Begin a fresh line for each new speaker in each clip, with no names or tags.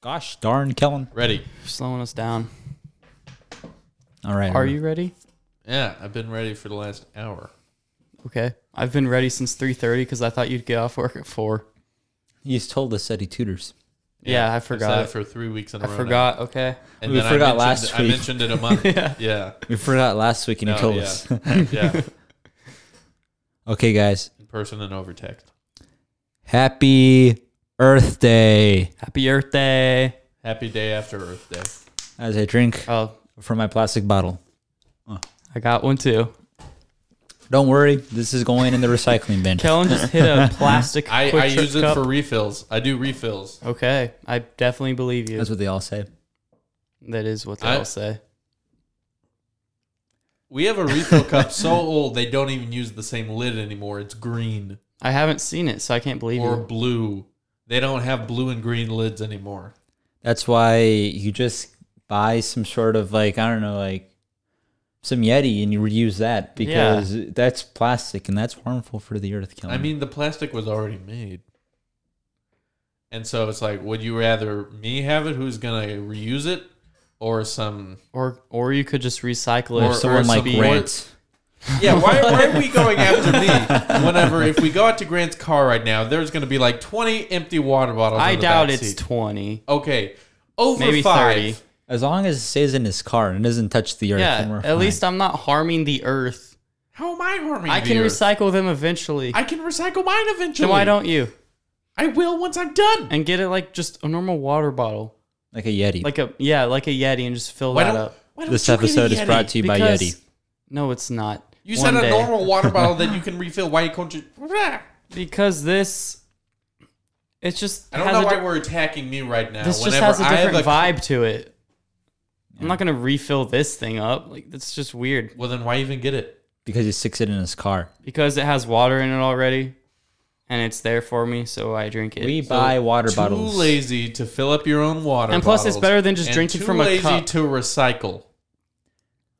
Gosh darn, Kellen.
Ready?
Slowing us down.
All right.
Are you ready?
Yeah, I've been ready for the last hour.
Okay. I've been ready since 3:30 because I thought you'd get off work at four.
He's told us that he tutors.
Yeah, I
I've said
forgot.
it for three weeks in a
I
row. now.
forgot. Okay.
And
We
then I
forgot
mentioned-
last
I
week.
mentioned it a month. yeah. Yeah.
We forgot last week and he
No,
told
Oh, yeah.
us.
Yeah.
okay, guys.
In person and over text.
Happy Earth Day.
Happy Earth Day.
Happy day after Earth Day.
As I drink
Oh,
from my plastic bottle.
I got one too.
Don't worry, this is going in the recycling bin.
Kellen just hit a plastic.
I,
quick
I
trip
use it
cup.
for refills. I do refills.
Okay, I definitely believe you.
That's what they all say.
that is what they
I-
all say.
We have a refill cup so old they don't even use the same lid anymore. It's green
I haven't seen it, so I can't believe
or
you.
blue. They don't have blue and green lids anymore.
That's why you just buy some sort of like I don't know, like some Yeti, and you reuse that because that's plastic and that's harmful for the earth. Killing.
I mean, the plastic was already made. And so it's like, would you rather me have it, who's going to reuse it, or some.
Or or you could just recycle it.
or
or
someone like
some-
Grant.
Yeah, why, why are we going after me? Whenever, if we go out to Grant's car right now, there's going to be like 20 empty water bottles.
I
on the
doubt
back
it's
seat.
twenty.
okay, over
Maybe
five.
30.
As long as it stays in his car and doesn't touch the earth, then we're
Yeah,
fine.
at least I'm not harming the earth.
How am I harming
I
the
can
earth?
recycle them eventually.
I can recycle mine eventually.
Then why don't you?
I will once I'm done.
And get it like just a normal water bottle,
like a Yeti.
like a yeah, like a Yeti, and just fill
Why
that
don't,
up.
why don't
this
you get a
episode is
Yeti?
brought to you by
Because-
Yeti.
No, it's not.
You
One
said a
day.
normal water bottle that you can refill. Why can't you? I
because this. It's just.
don't
has
know
a
why
di-
we're attacking me right now.
This just
Whenever
has a
I have
different
a-
vibe to it. I'm not gonna refill this thing up. Like that's just weird
Well, then why even get it?
Because he sticks it in his car.
because it has water in it already, and it's there for me, so I drink it.
We buy water
too
bottles.
lazy to fill up your own water.
And plus, it's
bottles,
better than just
and
drinking
too
from a
lazy
cup.
to recycle.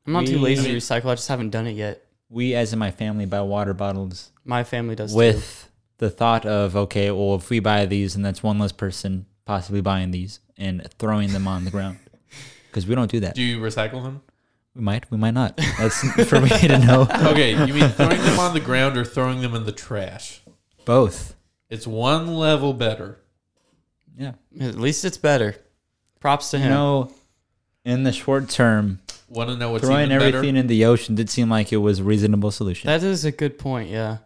I'm not too
We-
lazy
I
to
mean-
recycle. I just haven't done it yet.
We, as in my family, buy water bottles
My family does too.
with the thought of okay, well, if we buy these, and that's one less person possibly buying these and throwing them on the ground. Because we don't do that.
Do you recycle them?
We might, we might not. That's for me to know.
Okay, you mean throwing them on the ground or throwing them in the trash?
Both.
It's one level better.
Yeah.
At least it's better. Props to
You
him.
know, in the short term,
Want to know what's
throwing
even
everything
better?
in the ocean did seem like it was a reasonable solution.
that is a good point. Yeah.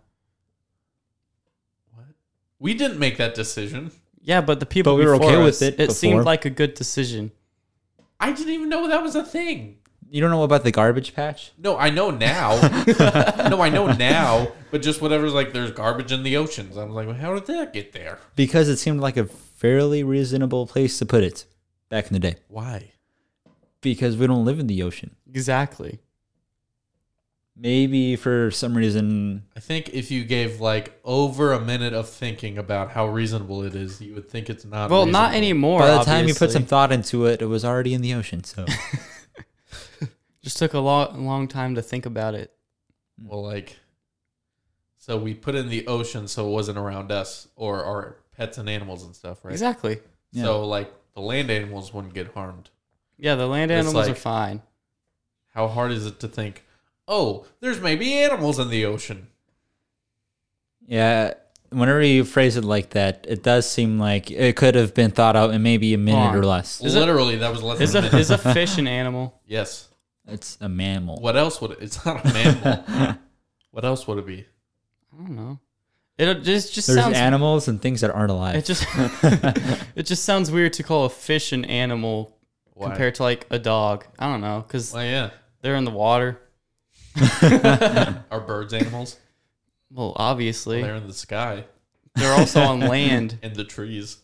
We didn't make that decision.
Yeah, but the people
But we were
before
okay with
us,
it before.
seemed like a good decision.
I didn't even know that was a thing.
you don't know about the garbage patch?
No, I know now. no, I know now. But just whatever's like, there's garbage in the oceans. I'm like, well, how did that get there?
Because it seemed like a fairly reasonable place to put it back in the day.
Why?
Because we don't live in the ocean.
Exactly.
Maybe for some reason,
I think if you gave like over a minute of thinking about how reasonable it is, you would think it's not.
Well, not
reasonable.
anymore.
by the time you put
obviously.
some thought into it, it was already in the ocean. So
just took a long, long time to think about it.
Well, like, so we put it in the ocean, so it wasn't around us or our pets and animals and stuff, right?
Exactly.
Yeah.
So like, the land animals wouldn't get harmed.
Yeah, the land
It's
animals are
like-
fine.
How hard is it to think? Oh, there's maybe animals in the ocean.
yeah, whenever you phrase it like that, it does seem like it could have been thought out in maybe a minute
on.
or less.
Is it-
Literally, that was less
Is
than a
a
minute.
is a fish an animal?
yes.
It's a mammal.
What else would it, it's not a mammal? what else would it be?
I don't know. It just just
There's
sounds
animals and things that aren't alive.
it just it just sounds weird to call a fish an animal
Why?
compared to like a dog. I don't know because
well, yeah,
they're in the water.
are birds animals?
Well, obviously
They're in the sky
they're also on land,
and the trees.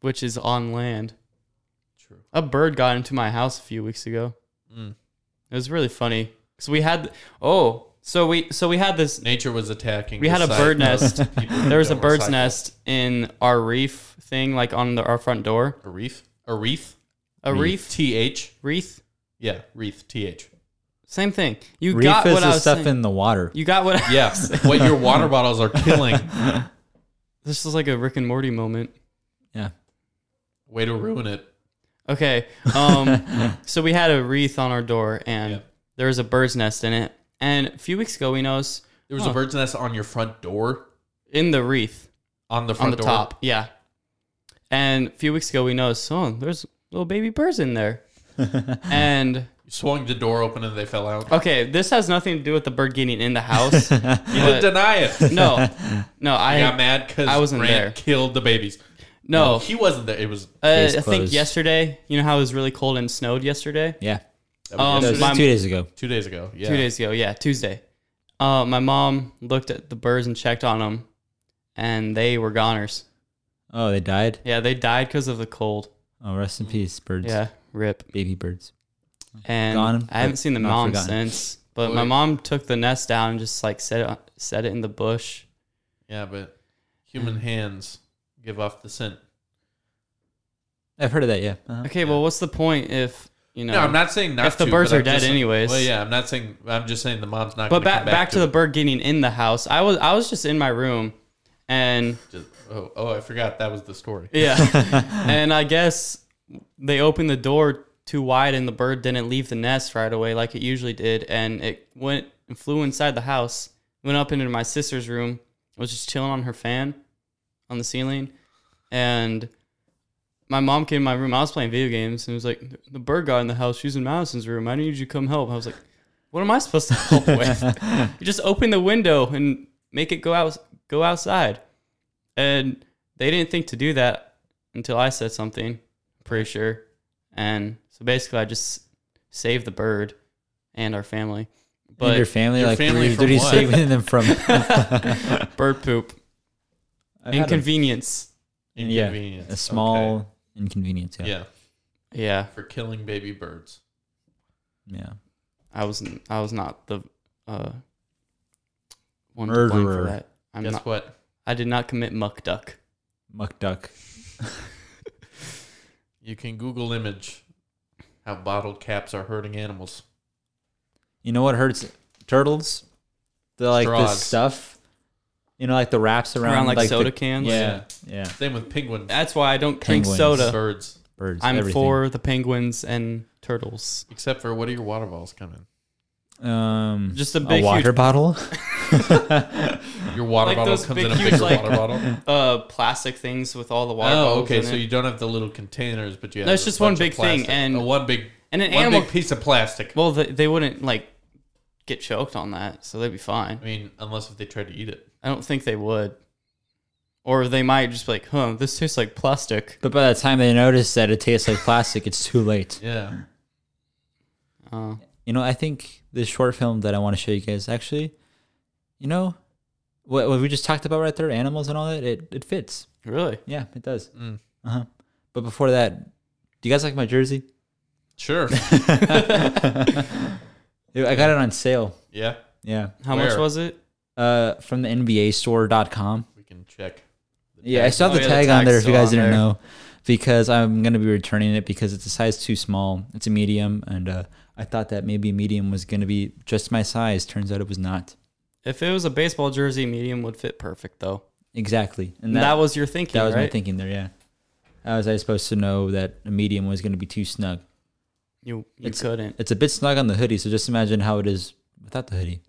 which is on land.
True.
A bird got into my house a few weeks ago.
Mm.
It was really funny because we had oh so we so we had this
Nature was attacking.
We had a
the
bird
site
nest.
of people who
there was a
don't
bird's
recycle.
nest in our reef thing, like on the, our front door.
A reef. A reef.
A reef,
T H.
wreath,
Yeah, wreath. T H.
same thing. You
Reef
got
is
what I
the
was
stuff
saying.
in the water.
you got what. I-
Yeah, what your water bottles are killing.
this is like a Rick and Morty moment.
yeah.
Way to ruin it.
Okay. Um, so we had a wreath on our door, and
Yeah.
there was a bird's nest in it. And a few weeks ago, we noticed
There was
Huh.
a bird's nest on your front door,
in the wreath
on the
on
front
the
door.
top, yeah. And a few weeks ago, we noticed, oh, there's little baby birds in there. and
You swung the door open and they fell out.
okay, this has nothing to do with the bird getting in the house.
You didn't deny it. You
no, no, I
got mad because
I wasn't
Grant
there.
killed the babies.
no.
He wasn't there. It was
Uh,
Case
I think
closed.
yesterday, you know how it was really cold and snowed yesterday.
yeah.
that
Um,
was
That was
yesterday.
my-
two days ago.
two days ago. Yeah.
two days ago. Yeah, Tuesday. Uh, my mom looked at the birds and checked on them, and they were goners.
Oh, they died.
Yeah, they died because of the cold.
Oh, rest in peace, birds.
Mm. Yeah, rip.
Baby birds.
And
Gone,
I haven't
but
seen the
not
mom
forgotten.
since. But my
Wait.
mom took the nest down and just like set it, on- set it in the bush.
Yeah, but human hands give off the scent.
I've heard of that. Yeah. Uh-huh.
Okay, well, what's the point if you know?
No, I'm not saying not
If the
to,
birds
but
are
I'm
dead
just-
anyways.
Well, yeah, I'm not saying. I'm just saying the mom's not.
But
gonna
back
come
back, to, the bird getting in the house. I was I was just in my room, and
it. Just- oh, oh, I forgot that was the story.
yeah,
Uh-huh.
and I guess they opened the door too wide, and the bird didn't leave the nest right away like it usually did, and it went and flew inside the house, went up into my sister's room, was just chilling on her fan, on the ceiling, and. My mom came in my room. I was playing video games and was like, "The bird got in the house. She's in Madison's room. I need you to come help." I was like, "What am I supposed to help with?" You just open the window and make it go out go outside. And they didn't think to do that until I said something, pretty sure. And so basically I just saved the bird and our family.
And your
But
family,
your
like,
family
what
from
are you
what?
saving them from? I've
bird poop.
had a-
Inconvenience.
Yeah,
Inconvenience.
a small
Okay.
inconvenience. Yeah.
Yeah,
Yeah.
for killing baby birds.
Yeah.
I was I was not the uh one to blame for
Murderer.
that. I'm
Guess
not
what?
I did not commit muck duck.
Muck duck.
You can Google image how bottled caps are hurting animals.
You know what hurts turtles? They're like
Straws.
this stuff. You know, like the wraps around,
Around, like,
the-
soda cans.
Yeah, yeah.
Same with penguins,
That's why I don't drink
Penguins.
soda.
birds.
Birds.
I'm
everything.
for the penguins and turtles.
Except for what are your water bottles coming?
um,
Just a
a,
big,
water
huge
bottle.
Your water
Like
bottle
those
comes
big,
in a
huge,
bigger
like-
water bottle.
uh, plastic things with all the water.
Oh,
bottles
okay.
in
So
it.
you don't have the little containers, but you have
No, it's
a
just one
bunch of
big thing,
plastic.
and-
Oh, one big
and an
one
animal.
big piece of plastic.
well, they, they wouldn't like get choked on that, so they'd be fine.
I mean, unless if they try to eat it.
I don't think they would, or they might just be like, "Huh, this tastes like plastic."
but by the time they notice that it tastes like plastic, it's too late.
Yeah.
Uh,
You know, I think this short film that I want to show you guys actually, you know, what, what we just talked about right there, animals and all that, it, it fits.
really?
Yeah, it does.
Mm.
Uh huh. But before that, do you guys like my jersey?
Sure.
Dude, I got it on sale.
yeah.
Yeah.
How much
Where?
was it?
Uh, from the NBA store.com.
We can check.
Yeah, I still
Oh,
have the
yeah, the
tag on
tag's
there if you
still
guys
on
didn't
there.
know, because I'm gonna be returning it because it's a size too small. It's a medium, and uh, I thought that maybe a medium was gonna be just my size. Turns out it was not
If it was a baseball jersey, medium would fit perfect though.
exactly. And
And that,
that,
was your thinking,
that was my
right?
thinking there. Yeah, how was I supposed to know that a medium was gonna be too snug?
You you
It's-
couldn't.
It's a bit snug on the hoodie, so just imagine how it is without the hoodie.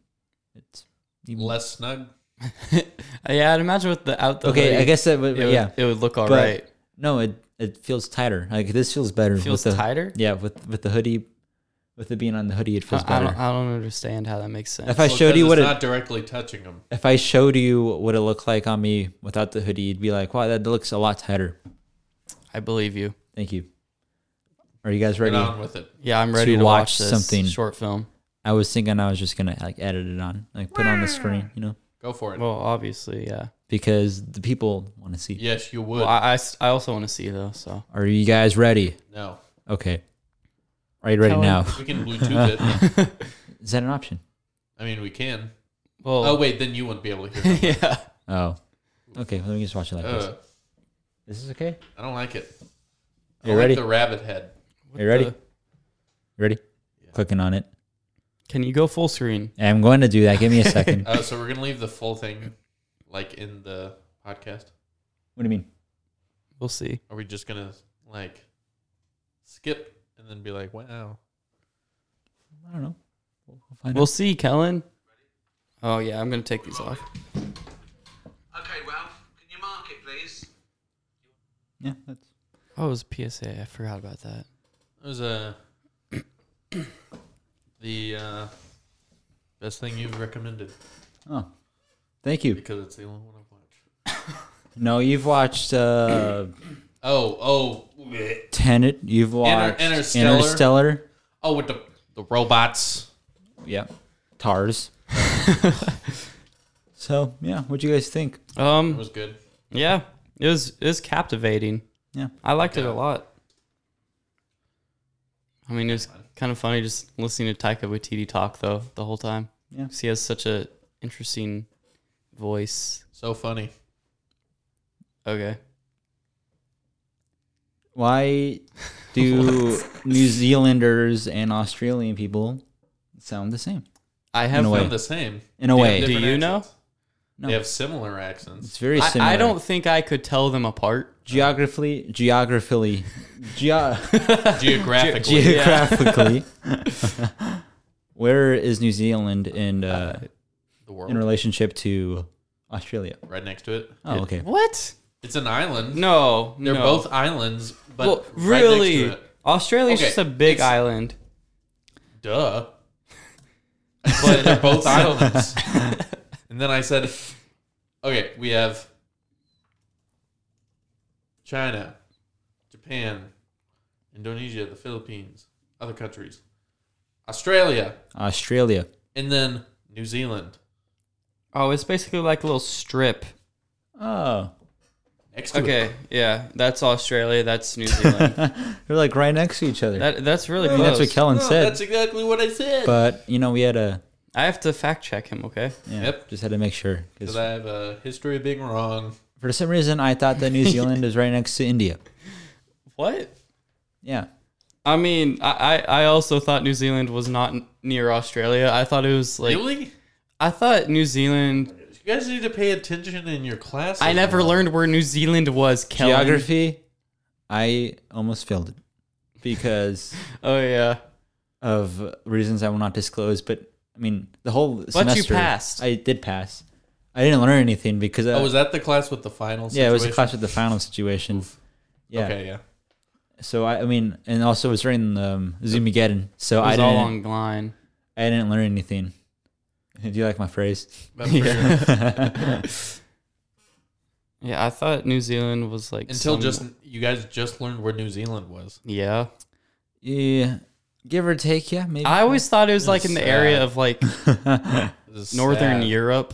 It's even
Less snug.
yeah, I'd imagine with the out the
okay. I
hoodie,
guess that would,
it would,
yeah.
it would look all
But
right.
No, it it feels tighter. Like this feels better.
It feels
with the,
tighter.
Yeah, with with the hoodie, with it being on the hoodie, it feels
Uh, I, I
better.
don't, I don't understand how that makes sense.
if I
Well,
showed
'cause
you what
it's
it
not directly touching them.
if I showed you what it looked like on me without the hoodie, you'd be like, "Wow, that looks a lot tighter."
I believe you.
Thank you. Are you guys
Get
ready?
on with it.
Yeah, I'm ready
to
to, watch,
watch
this
something.
short film.
I was thinking I was just gonna like edit it on, like put it on the screen, you know,
Go for it.
Well, obviously, yeah.
because the people want to see.
yes, you would.
Well, I, I s- I also want to see though. So
Are you guys ready?
no.
Okay. Are you ready
Tell 'em.
now?
We can Bluetooth it.
Is that an option?
I mean, we can.
well,
Oh, wait, then you wouldn't be able to hear.
yeah.
Oh. Okay. Let me just watch it like
it.
this.
Uh,
This is okay.
I don't like it. I
You
like
ready?
the rabbit head.
You ready?
the-
Ready? Clicking on it.
Can you go full screen?
I'm going to do that. Give me a second.
Uh, so we're going to leave the full thing like in the podcast.
what do you mean?
We'll see.
Are we just going to like skip and then be like, wow.
I don't know. We'll we'll find
We'll see, Kellen. Oh yeah, I'm gonna take these off.
Okay, Ralph, can you mark it, please?
Yeah, that's
Oh, it was PSA. I forgot about that.
It was a the uh, best thing you've recommended
oh. Thank you.
because it's the only one I've watched.
No, you've watched uh
Oh, oh, bleh.
Tenet, you've watched
Interstellar.
Interstellar.
oh, with the the robots.
Yeah. TARS. so yeah, what do you guys think?
It
Um,
was good.
yeah, it was it was captivating.
Yeah.
I liked it
Yeah.
a lot. I mean, it was kind of funny just listening to Taika Waititi talk though the whole time.
Yeah.
'Cause he has such a interesting voice.
So funny.
Okay,
Why do New Zealanders and Australian people sound the same?
I have.
In a way.
They're the same.
In a
They have
way.
different
Do you know?
accents.
No.
They have similar accents.
It's very
I,
similar.
I don't think I could tell them apart.
geographically geographically ge-
Geographically,
geographically. Where is New Zealand in uh,
the world
in relationship to Australia?
right next to it.
Oh, okay.
What?
It's an island.
No,
They're
no.
both islands, but
Well,
right
really,
next to it.
Australia's
Okay,
just a big
it's-
island.
Duh. But they're both islands. And then I said, okay, we have China, Japan, Indonesia, the Philippines, other countries, Australia,
Australia.
and then New Zealand.
Oh, it's basically like a little strip.
Oh,
Next to it.
Okay, yeah, that's Australia. That's New Zealand.
they're like right next to each other.
that that's really
I
close.
mean, that's what Kellen
No,
said.
Oh, That's exactly what I said.
but you know, we had a
I have to fact check him. Okay.
yeah,
Yep.
just had to make sure 'cause
Because I have a history of being wrong.
for some reason I thought that New Zealand is right next to India.
What?
Yeah,
I mean, I, I I also thought New Zealand was not n- near Australia. I thought it was like
Really?
I thought New Zealand.
You guys need to pay attention in your class.
I
Uh,
never learned where New Zealand was. Kellen.
geography. I almost failed it because
Oh yeah.
of reasons I will not disclose. But I mean, the whole semester.
passed.
I did pass. I didn't learn anything because I
Oh, was that the class with the final?
yeah, it was a
situation?
clash with the final situation. Yeah.
Okay, yeah.
So I, I mean, and also it was during the um, Zoomageddon, so I
It was
didn't,
all online.
I didn't learn anything. Do you like my phrase?
But for sure.
Yeah, I thought New Zealand was like
Until
some-
just you guys just learned where New Zealand was.
yeah.
Yeah, give or take. Yeah, maybe.
I always thought it was like
That's
in the
sad.
area of like
This is
Northern
sad.
Europe.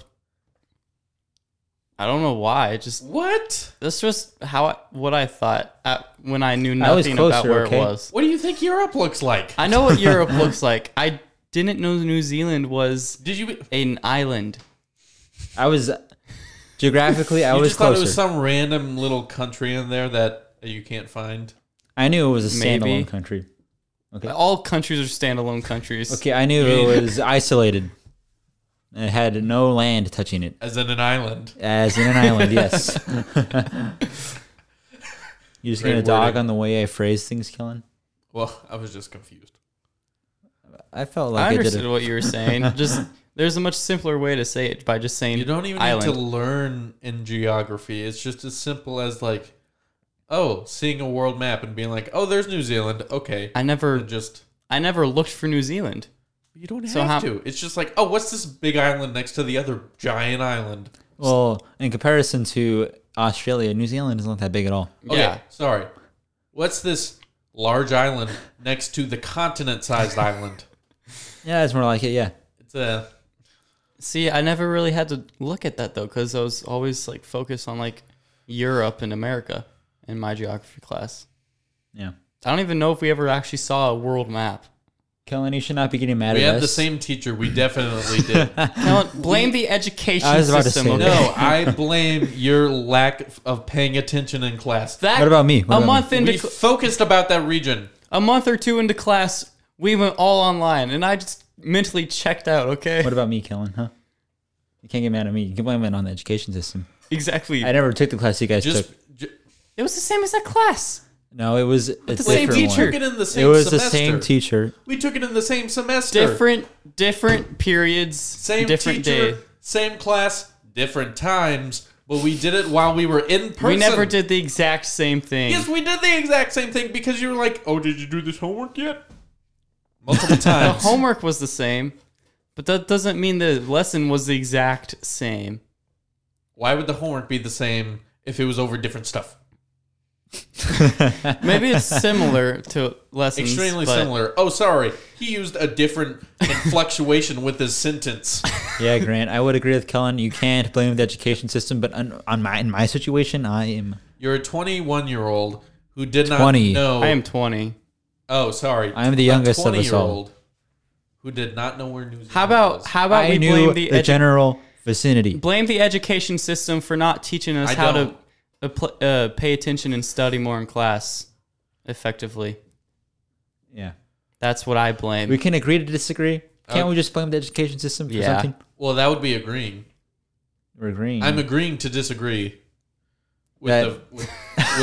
I don't know why. It just
What?
that's just how I, what I thought uh when I knew
I was
nothing about
closer,
where
okay?
it was.
What do you think Europe looks like?
I know what Europe looks like. I didn't know New Zealand was
Did you? You
an island.
I was geographically. I was
just thought
closer.
it was some random little country in there that you can't find.
I knew it was a standalone
Maybe.
country.
All countries are standalone countries.
Okay, I knew it was isolated. It had no land touching it,
As in an island.
as in an island. Yes. You're just
Great
gonna dog
wording.
on the way I phrase things, Kellen.
Well, I was just confused.
I felt like
I
I, did
understood
it.
what you were saying. Just there's a much simpler way to say it by just saying
You don't even need to learn in geography. It's just as simple as like, oh, seeing a world map and being like, oh, there's New Zealand. Okay,
I never
and just
I never looked for New Zealand.
you don't have
So how-
to. It's just like, oh, what's this big island next to the other giant island?
Well, in comparison to Australia, New Zealand is not that big at all.
Okay,
Yeah.
sorry. What's this large island next to the continent-sized island?
Yeah, it's more like it. Yeah.
It's a
See, I never really had to look at that though, because I was always like focused on like Europe and America in my geography class.
Yeah.
I don't even know if we ever actually saw a world map.
Kellen, you should not be getting mad
we
at
had
us.
the same teacher. We definitely did.
Don't blame the education
I was about to
system.
say
okay?
No, I blame your lack of paying attention in class.
That,
What about me? What
a
about
month into
We
cl-
focused about that region.
a month or two into class, we went all online, and I just mentally checked out. Okay,
What about me, Kellen? Huh? You can't get mad at me. You can blame it on the education system.
exactly.
I never took the class you guys
Just
took.
ju-
It was the same as that class.
No, it was a
the same
different
we
teacher.
took
One.
it in the same
It was
semester.
the same teacher.
We took it in the same semester.
Different, different periods,
Same
different
teacher,
day.
same class, different times, but we did it while we were in person.
We never did the exact same thing.
Yes, we did the exact same thing because you were like, "Oh, did you do this homework yet?" Multiple
the
times.
homework was the same, but that doesn't mean the lesson was the exact same.
Why would the homework be the same if it was over different stuff?
Maybe it's similar to lessons.
Extremely
but
similar. Oh, sorry. He used a different inflection with his sentence.
Yeah, Grant, I would agree with Kellen. You can't blame the education system, but on, on my in my situation, I am
You're a 21 year old who did not
20.
know.
I am 20.
Oh, sorry.
I am the
A
youngest of us all.
20-year-old Who did not know where New Zealand
How about
was.
how about
I
we
knew
blame
the,
the, edu-
general vicinity.
blame the education system for not teaching us
I
how
don't.
to appl- uh, pay attention and study more in class effectively.
Yeah,
That's what I blame.
we can agree to disagree. Can't we just blame the education system for
Uh, Yeah.
something?
Well, that would be agreeing.
We're agreeing.
Mm-hmm.
I'm agreeing to disagree with
That-
the with,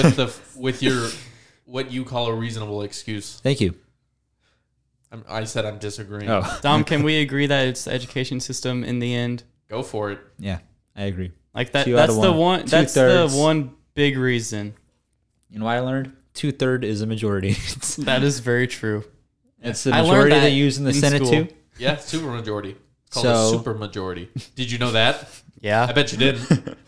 with the with your what you call a reasonable excuse.
Thank you.
I'm, I said I'm disagreeing.
Oh,
Dom, can we agree that it's the education system in the end?
Go for it.
yeah, I agree.
Like that.
Two out
that's
of
the
one.
one. That's the
Two-thirds.
one big reason.
You know what I learned? Two third is a majority.
That is very true.
it's the
I learned
majority
that
they use in the
in
Senate
school.
too.
Yeah, supermajority. Called
So-
a supermajority. Did you know that?
Yeah,
I bet you didn't.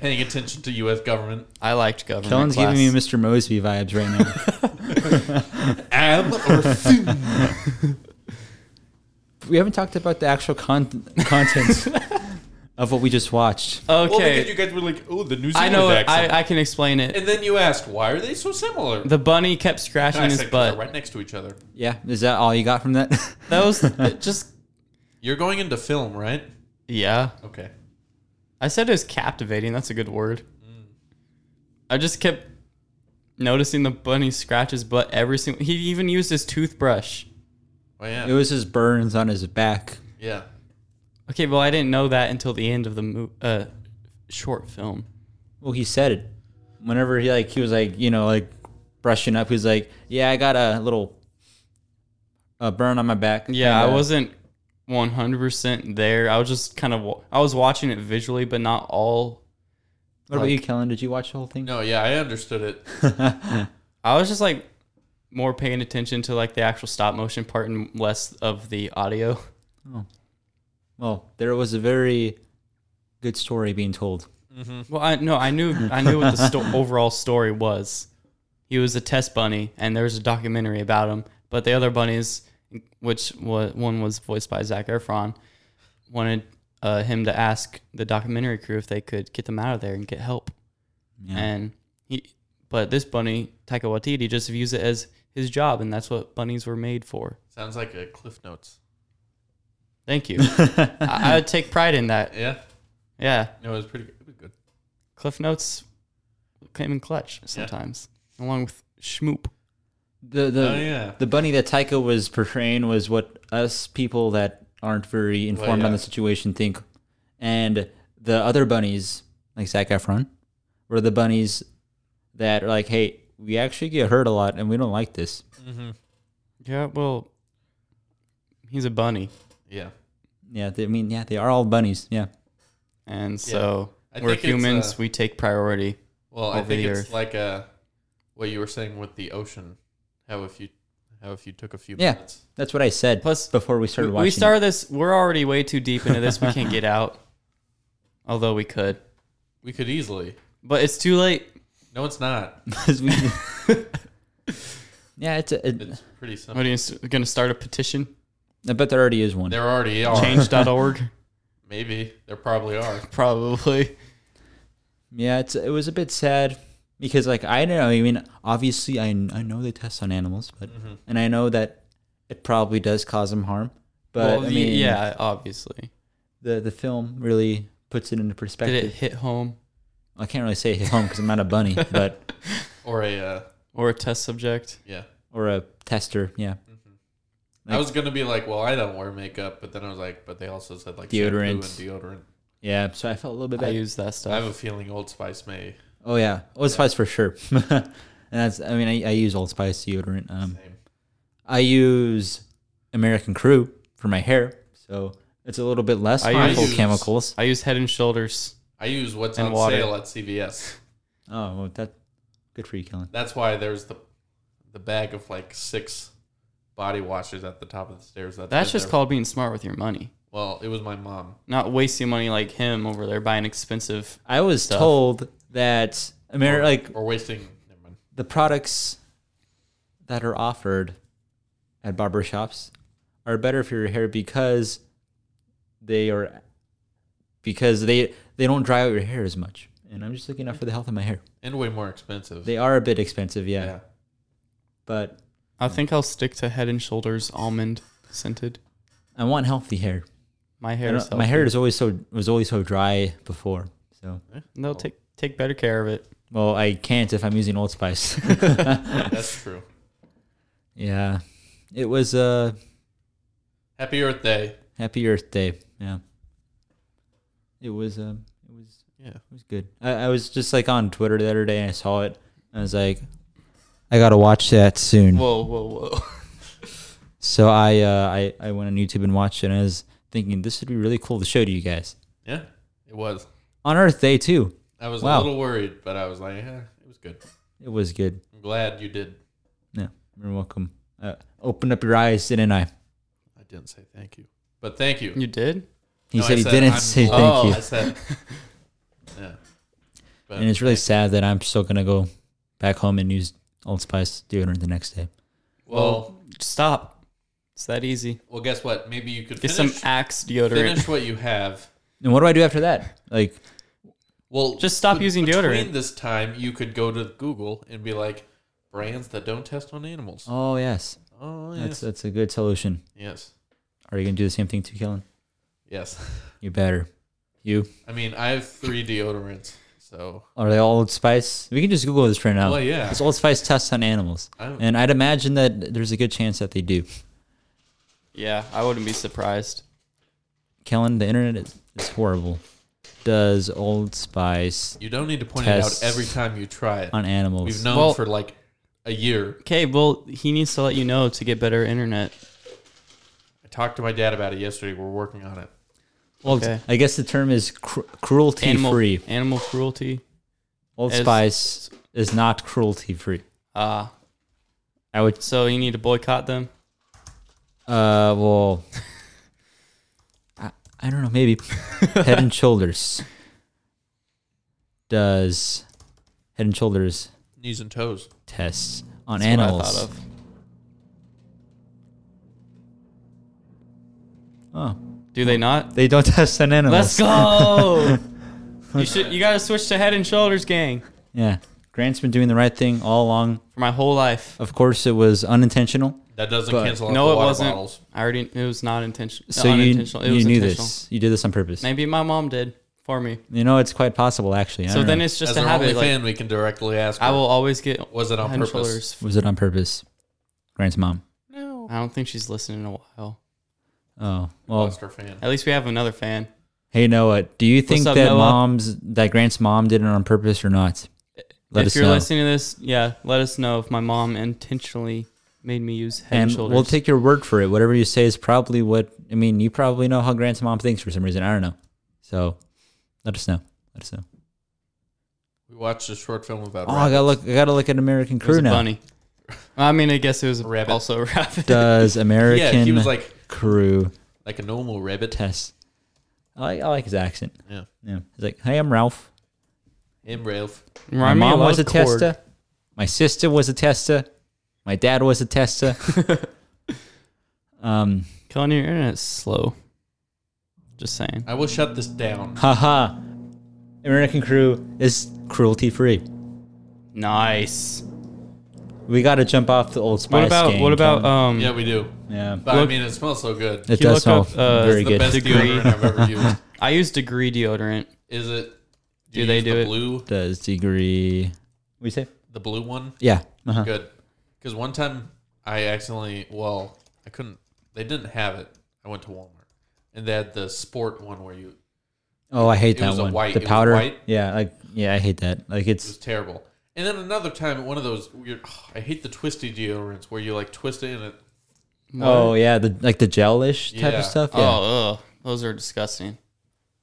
Paying attention to U.S. government.
I liked government.
Kellen's
class.
giving me Mr. Mosby vibes right now.
Am or food.
we haven't talked about the actual con- contents of what we just watched.
Well,
okay.
because you guys were like, oh, the New
I
Zealand
know. it.
accent.
I, I can explain it.
and then you asked, why are they so similar?
The bunny kept
And
scratching
I
his
said, 'Cause
butt.
they're right next to each other.
Yeah, is that all you got from that?
That was it just.
You're going into film, right?
Yeah,
Okay.
I said it was captivating. That's a good word. I just kept noticing the bunny scratch his butt every single. He even used his toothbrush.
Oh yeah.
it was his burns on his back.
yeah.
Okay, well, I didn't know that until the end of the mo- uh, short film.
Well, he said it. Whenever he like he was like you know like brushing up, he was like, "Yeah, I got a little uh, burn on my back."
Yeah, I
Kinda.
wasn't 100% there. I was just kind of wa- I was watching it visually, but not all.
What about you, Kellen? Did you watch the whole thing?
No, yeah, I understood it.
I was just like more paying attention to like the actual stop motion part and less of the audio.
Well, there was a very good story being told.
Well, I no, I knew I knew what the sto- overall story was. He was a test bunny, and there was a documentary about him. But the other bunnies, which wa- one was voiced by Zach Efron, wanted uh, him to ask the documentary crew if they could get them out of there and get help. And he, but this bunny Taika Waititi just views it as his job, and that's what bunnies were made for.
Sounds like a Cliff Notes.
Thank you. I, I would take pride in that.
Yeah.
Yeah.
No, it was pretty good. It was good.
Cliff Notes came in clutch sometimes, along with Schmoop.
The the
Oh, yeah.
the bunny that Taika was portraying was what us people that aren't very informed
yeah.
on the situation think, and the other bunnies like Zac Efron were the bunnies that are like, "Hey, we actually get hurt a lot, and we don't like this."
Yeah, well, he's a bunny,
Yeah.
Yeah, they, I mean, yeah, they are all bunnies. Yeah,
and so
I
we're
think it's,
humans.
uh,
we take priority.
Well, I
Over
think
the
it's
earth.
like uh what you were saying with the ocean. How if you how if you took a few
Yeah.
minutes.
that's what I said.
Plus,
before we started
we,
watching,
we
it.
started this. We're already way too deep into this. We can't get out, although we could.
We could easily.
But it's too late.
No, it's not.
'Cause we- yeah, it's. A, it,
It's pretty simple.
What are you going to start a petition?
I bet there already is one.
There already are.
Change.org?
Maybe. There probably are.
Probably.
Yeah, it's it was a bit sad because like I don't know. I mean, obviously I I know they test on animals, but
Mm-hmm.
and I know that it probably does cause them harm. But
well,
I
the-
mean,
yeah, obviously.
the the film really puts it into
Did
perspective.
it hit home
I can't really say hit home because I'm not a bunny, but
Or a uh,
or a test subject?
yeah.
or a tester. Yeah,
I was gonna be like, well, I don't wear makeup, but then I was like, but they also said like shampoo and
Deodorant.
deodorant.
yeah. So I felt a little bit
I
bad.
use that
I have
stuff.
a feeling Old Spice may.
oh yeah, oh it's spice for sure. And that's I mean I, I use Old Spice deodorant. Um,
Same.
I use American Crew for my hair, so it's a little bit less
I
harmful
use-
chemicals.
I use Head and Shoulders.
I use what's
And
on
water.
sale at CVS.
Oh, well, that good for you, Kellen.
That's why there's the the bag of like six body washes at the top of the stairs. That's,
That's
been
just
there.
called being smart with your money,
Well, it was my mom.
not wasting money like him over there buying expensive.
I was told that Amer- like
Or wasting. Never mind.
the products that are offered at barbershops are better for your hair because they are because they they don't dry out your hair as much. And I'm just looking out for the health of my hair.
And way more expensive.
They are a bit expensive, yeah.
yeah.
But
I think I'll stick to Head and Shoulders almond scented.
I want healthy hair.
My
I
hair is
don't- My hair
healthy.
is always so was always so dry before. So
No, take take better care of it.
well, I can't if I'm using Old Spice.
That's true.
yeah, it was uh,
Happy Earth Day.
Happy Earth Day. Yeah. It was um it was
Yeah.
it was good. I, I was just like on Twitter the other day and I saw it and I was like I gotta watch that soon.
Whoa, whoa, whoa.
so I uh I, I went on YouTube and watched it and I was thinking this would be really cool to show to you guys.
Yeah. It was.
On Earth Day too.
I was
Wow.
a little worried, but I was like, eh, it was good.
It was good.
I'm glad you did.
Yeah. You're welcome. Uh, open up your eyes, didn't I?
I didn't say thank you, but thank you.
You did?
He
No, I
said he didn't
I'm
say
glad-
thank
Oh,
you.
I said, yeah. But
And it's really sad that I'm still gonna go back home and use Old Spice deodorant the next day.
well,
Stop. It's that easy.
well, guess what? Maybe you could
Get
finish,
some Axe deodorant.
finish what you have.
And what do I do after that? Like
Well,
Just stop
bet-
using
Between
deodorant.
this time, you could go to Google and be like, brands that don't test on animals. Oh,
Oh yes, that's
yes,
that's a good solution.
yes,
Are you gonna do the same thing too, Kellen?
yes.
You better. You
I mean, I have three deodorants, so
are they all Old Spice? We can just Google this right now.
Well, yeah.
it's Old Spice tests on animals,
I'm-
and I'd imagine that there's a good chance that they do.
Yeah, I wouldn't be surprised.
Kellen, the internet is, is horrible. Does Old Spice
you don't need to point
Tests
it out every time you try it.
on animals?
We've known
Well-
for like a year.
Okay, well, he needs to let you know to get better internet.
I talked to my dad about it yesterday. We're working on it.
Old-
Okay.
I guess the term is cr- cruelty
Animal
free.
animal cruelty.
Old
is-
Spice is not cruelty free.
Ah,
I would.
so you need to boycott them.
Uh, well, I, I don't know. Maybe Head and Shoulders does Head and Shoulders
Knees and toes.
tests on
That's what I
animals.
thought of.
Oh,
Do they not?
they don't test on animals.
Let's go. you should. You gotta switch to Head and Shoulders, gang.
Yeah, Grant's been doing the right thing all along.
For my whole life.
Of course, it was unintentional.
That doesn't
But-
cancel out
No,
the
it
water
wasn't.
bottles.
I already. It was not intentional.
So you
unintentional. It
you
was
knew
intentional.
this. You did this on purpose.
Maybe my mom did for me.
You know, it's quite possible actually. I
So
don't
then
know.
it's just
As
a
our
habit.
only
Like,
fan, we can directly ask.
I
her,
will always get
Was it on
Head and
purpose?
Shoulders.
was it on purpose? Grant's mom.
No.
I don't think she's listened in a while.
Oh well,
Lost our fan.
At least we have another fan.
Hey Noah, do you think
up,
that
Noah?
mom's that Grant's mom did it on purpose or not? Let
if
us
you're
know,
listening to this, yeah, let us know if my mom intentionally made me use head and,
and
shoulders.
we'll take your word for it. Whatever you say is probably what I mean. You probably know how Grant's mom thinks for some reason. I don't know, so let us know. Let us know.
We watched a short film about.
Oh, I
rabbits.
gotta look. I gotta look at American
it was
Crew
a
now.
bunny. I mean, I guess it was
Rabbit.
also a rabbit.
Does
yeah,
American uh,
he was like
Crew
like a normal rabbit.
test? I like, I like his accent.
Yeah,
Yeah, he's like, "Hey, I'm Ralph.
him Ralph.
Remind
My
me
mom
a lot
was a
of Cord.
tester. My sister was a tester. My dad was a tester." um.
Killing your internet's slow. Just saying.
I will shut this down.
Haha. American Crew is cruelty free.
Nice.
We got to jump off the old Spice.
What about
game,
what about
Kevin.
um?
Yeah, we do.
yeah,
But I
Look-
mean, it smells so good.
it
you
does smell
look up, uh,
very
It's the
good.
best
Degree.
deodorant I've ever used.
I use degree deodorant.
Is it?
Do they
use
do
the
it?
Blue,
Does degree? We say
the blue one.
yeah. Uh-huh.
Good. Because one time I accidentally, well, I couldn't. They didn't have it. I went to Walmart, and they had the sport one where you.
Oh, I hate
It
that
was a
one.
white-
the
it was
powder.
white.
Yeah, like yeah, I hate that. Like
It was
it's
terrible. And then another time at one of those weird, I hate the twisty deodorants where you like twist it and it.
Oh yeah, the like the gelish type
Yeah.
of stuff. Yeah.
Oh, ugh. those are disgusting.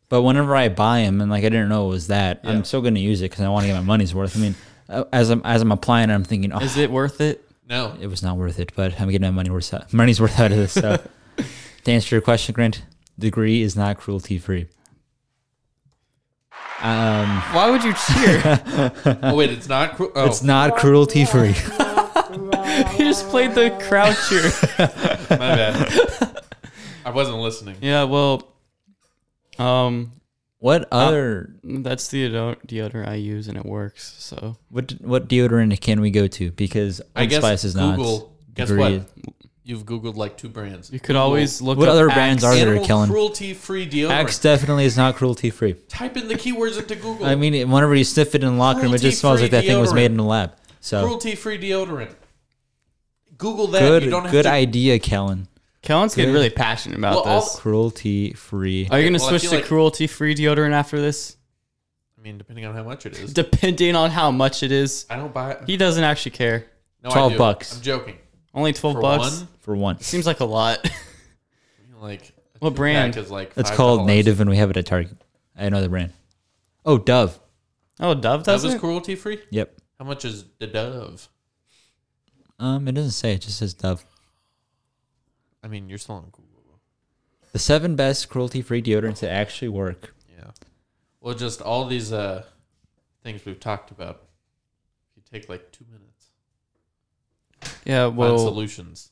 But whenever I buy them, and like I didn't know it was that,
Yeah.
I'm still gonna use it because I want to get my money's worth. I mean, uh, as I'm as I'm applying, it, I'm thinking, oh,
Is it worth it?
No,
it was not worth it. But I'm getting my money worth out, money's worth out of this. So, to answer your question, Grant, degree is not cruelty free.
Oh.
Um,
Why would you cheer?
oh wait, it's not. Cru- oh,
it's not cruelty free.
you just played the crowd cheer.
my bad. I wasn't listening.
Yeah, well, um,
what other
that's the deodor- deodorant I use and it works. So
what what deodorant can we go to? Because Old
I guess
Spice is not.
Google. Guess
degree.
what? You've googled like two brands.
you could always look.
What
up
other
Axe.
brands are-
Animal
Kellen.
cruelty free deodorant.
Axe definitely is not cruelty free.
Type in the keywords into Google.
I mean, whenever you sniff it in the locker room, it just smells like that thing was
Cruelty-free
made in a lab. So
cruelty free deodorant. Google that.
good,
you don't have
good
to.
idea, Kellen.
Kellen's getting really passionate about
Well, all-
this.
Cruelty free.
Are you gonna
Well, I
switch
feel
to
like-
cruelty-free deodorant after this?
I mean, depending on how much it is.
Depending on how much it is,
I don't buy it.
he doesn't actually care.
No, I
12
do.
bucks.
I'm joking.
Only twelve
For
bucks
one,
for one.
seems like a lot.
like a
What
two-pack
brand?
Is like
It's
$5.
called Native, and we have it at Target. I know the brand. Oh, Dove.
oh, Dove
That
does
was
it?
cruelty free.
Yep.
How much is the Dove?
Um, it doesn't say. It just says Dove.
I mean, you're still on Google.
The seven best cruelty-free deodorants that actually work.
Yeah. Well, just all these uh, things we've talked about. If you take like two minutes,
Yeah.
find
Well,
solutions.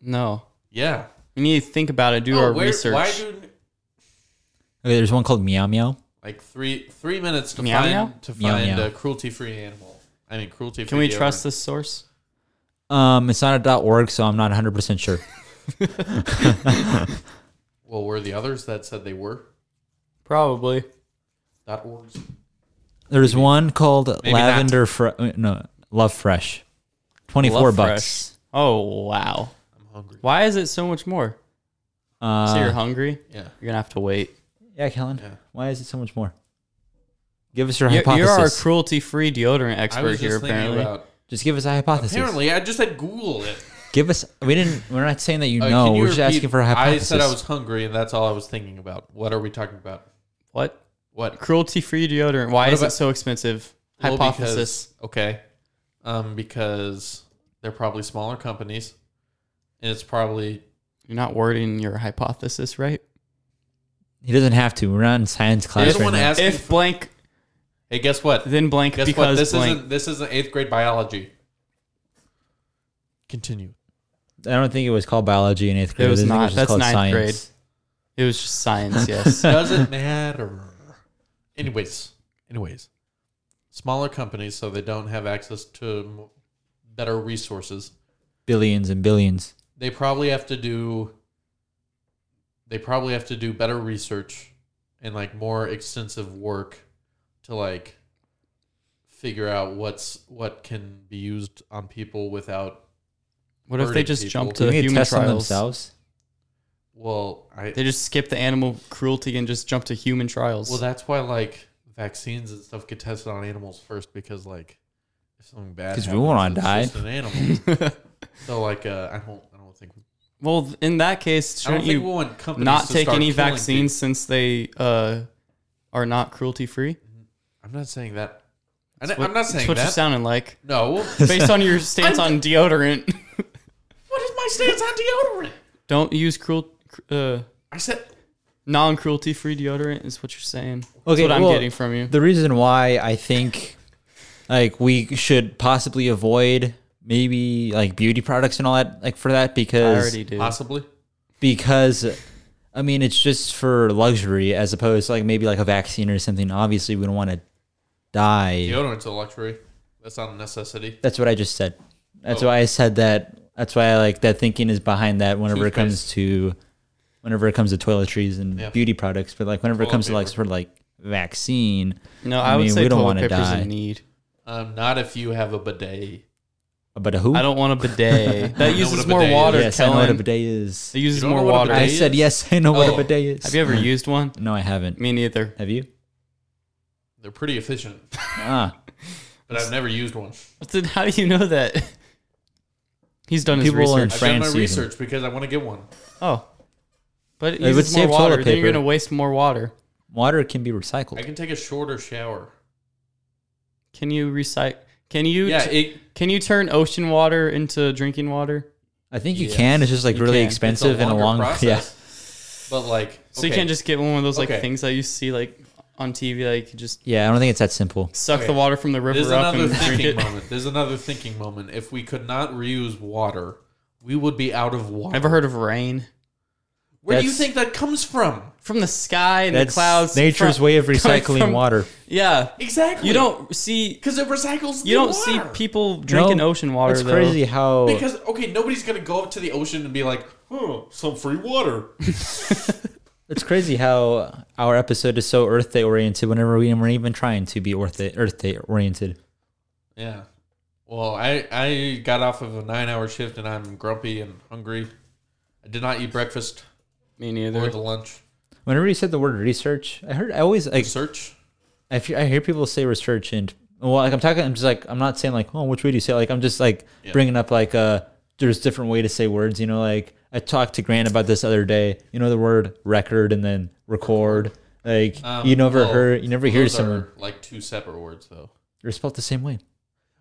no.
Yeah.
We need to think about it. Do
Oh,
our
where-
research.
Why do
Okay, there's one called Meow Meow.
like three three minutes to
Meow
find
meow?
to
Meow
find
meow.
a cruelty free animal? I mean, cruelty free.
Can we trust this source?
Um, it's not a .org, so I'm not 100 percent sure.
Well, were the others that said they were
Probably.
dot orgs?
There's one called
Maybe not.
Lavender. Fre- uh, no, Love Fresh. Twenty-four
Love
bucks.
Oh wow.
I'm hungry.
Why is it so much more?
Uh,
So you're hungry?
Yeah.
You're gonna have to wait.
yeah, Kellen.
Yeah.
Why is it so much more? Give us your
You're,
hypothesis.
you're our cruelty-free deodorant
I
expert
was
here,
just thinking
apparently.
about.
just give us a hypothesis.
Apparently, I just had Googled it.
Give us. We didn't. We're not saying that you
Uh,
know.
can you
We're just
repeat-
asking for a hypothesis.
I said I was hungry, and that's all I was thinking about. What are we talking about?
what?
What
Cruelty-free deodorant. Why is it
about-
so expensive?
Well,
Hypothesis.
because- okay, um, because they're probably smaller companies, and it's probably
You're not wording your hypothesis right.
He doesn't have to. We're not in science class
there's
right
one
now.
asking.
If
for-
blank,
hey, guess what?
then blank
Guess what?
because
This
blank.
isn't this isn't eighth grade biology. Continue.
I don't think it was called biology in eighth grade.
was
I think
not.
just
That's
called
ninth
science.
grade. It was just science. Yes.
Doesn't matter. Anyways, anyways, smaller companies, so they don't have access to m- better resources.
Billions and billions.
They probably have to do. They probably have to do better research, and like more extensive work, to like figure out what's what can be used on people without.
what if they
Hurting
just
people.
jump to
Do
the
they
human
test on
trials?
themselves?
Well, I
They just skip the animal cruelty and just jump to human trials.
Well, that's why like vaccines and stuff get tested on animals first because like if something bad
'Cause we
happens,
wanna
it's
die.
just an animal. so like uh, I don't I don't think
well, th- in that case,
I don't
shouldn't
think we
you
want companies
not
to
take
start
any
killing
vaccines since they uh, are not cruelty free?
people. I'm not saying that. I
What-
am not
that's
saying
what
that.
you're sounding like.
no.
Based on your stance on deodorant,
what is my stance on deodorant?
don't use cruel, cr- uh,
I said
non cruelty free deodorant. Is what you're saying. That's
Okay,
what I'm
well,
getting from you.
The reason why I think like we should possibly avoid maybe like beauty products and all that like for that
I
because
already do.
possibly.
because I mean it's just for luxury as opposed to like maybe like a vaccine or something. Obviously, we don't want to die.
Deodorant's a luxury. That's not a necessity.
That's what I just said. That's
Oh.
why I said that. That's why I like that thinking is behind that whenever it comes to whenever it comes to toiletries and
Yeah.
beauty products, but like whenever it
Toilet
comes to like
paper.
sort of like vaccine,
No,
I
I, would
mean,
say
we don't
toilet
wanna
paper's
die.
a need.
Um, not if you have a bidet.
but a who?
I don't want a bidet. That
what
uses
a
more
bidet is.
water,
yes, I know what a
Kellen.
bidet is.
It
You
uses
don't
more
know what a
water.
I Mm.
bidet
Have
is?
said yes, I know what a
Oh.
bidet is.
you ever used one?
No, I haven't.
Me neither.
Have you?
They're pretty efficient.
Ah,
but I've never used one.
What's it- how do you know that? He's done his
People in
research.
I've
France
done
use
my
'em.
research because I want to get one.
Oh, but it
It would
uses more
save toilet
water. Then you're
paper.
gonna waste more water.
Water can be
I
recycled.
can take a shorter shower.
Can you recycle? Can you?
Yeah,
t-
it,
can you turn ocean water into drinking water?
I think you
Yes.
can. It's just like
You
really
can. It's a
it's a
expensive and a
longer
long
process.
yeah.
But like,
So you can't
okay,
just get one of those like
Okay.
things that you see like on TV that you could just
Yeah, I don't think it's that simple.
suck
Okay.
the water from the
There's
river up
another
and drink
thinking
it.
moment. There's another thinking moment. If we could not reuse water, we would be out of water.
Ever heard of rain?
Where do you
That's-
think that comes from?
From the sky and
That's
the clouds.
nature's
from-
way of
coming
recycling
from-
water.
Yeah.
Exactly.
You don't see
because it recycles.
you
the
don't see
water.
people drinking
No,
ocean water
It's
though.
crazy how
because okay, nobody's gonna go up to the ocean and be like, "Oh, some free water."
it's crazy how our episode is so Earth Day oriented. Whenever we weren't even trying to be Earth Day, Earth Day oriented.
yeah. Well, I I got off of a nine hour shift and I'm grumpy and hungry. I did not eat breakfast
Me
or
neither.
the lunch.
Whenever you said the word research, I heard I always like
Search.
I fe- I hear people say research and well, like I'm talking, I'm just like I'm not saying like oh which way do you say it? like I'm just like
Yeah.
bringing up like uh there's different way to say words. You know, like I talked to Grant about this other day. You know the word record and then record. Like
Um,
you never
well,
heard, you never hear
those are,
someone.
like two separate words though.
They're spelled the same way.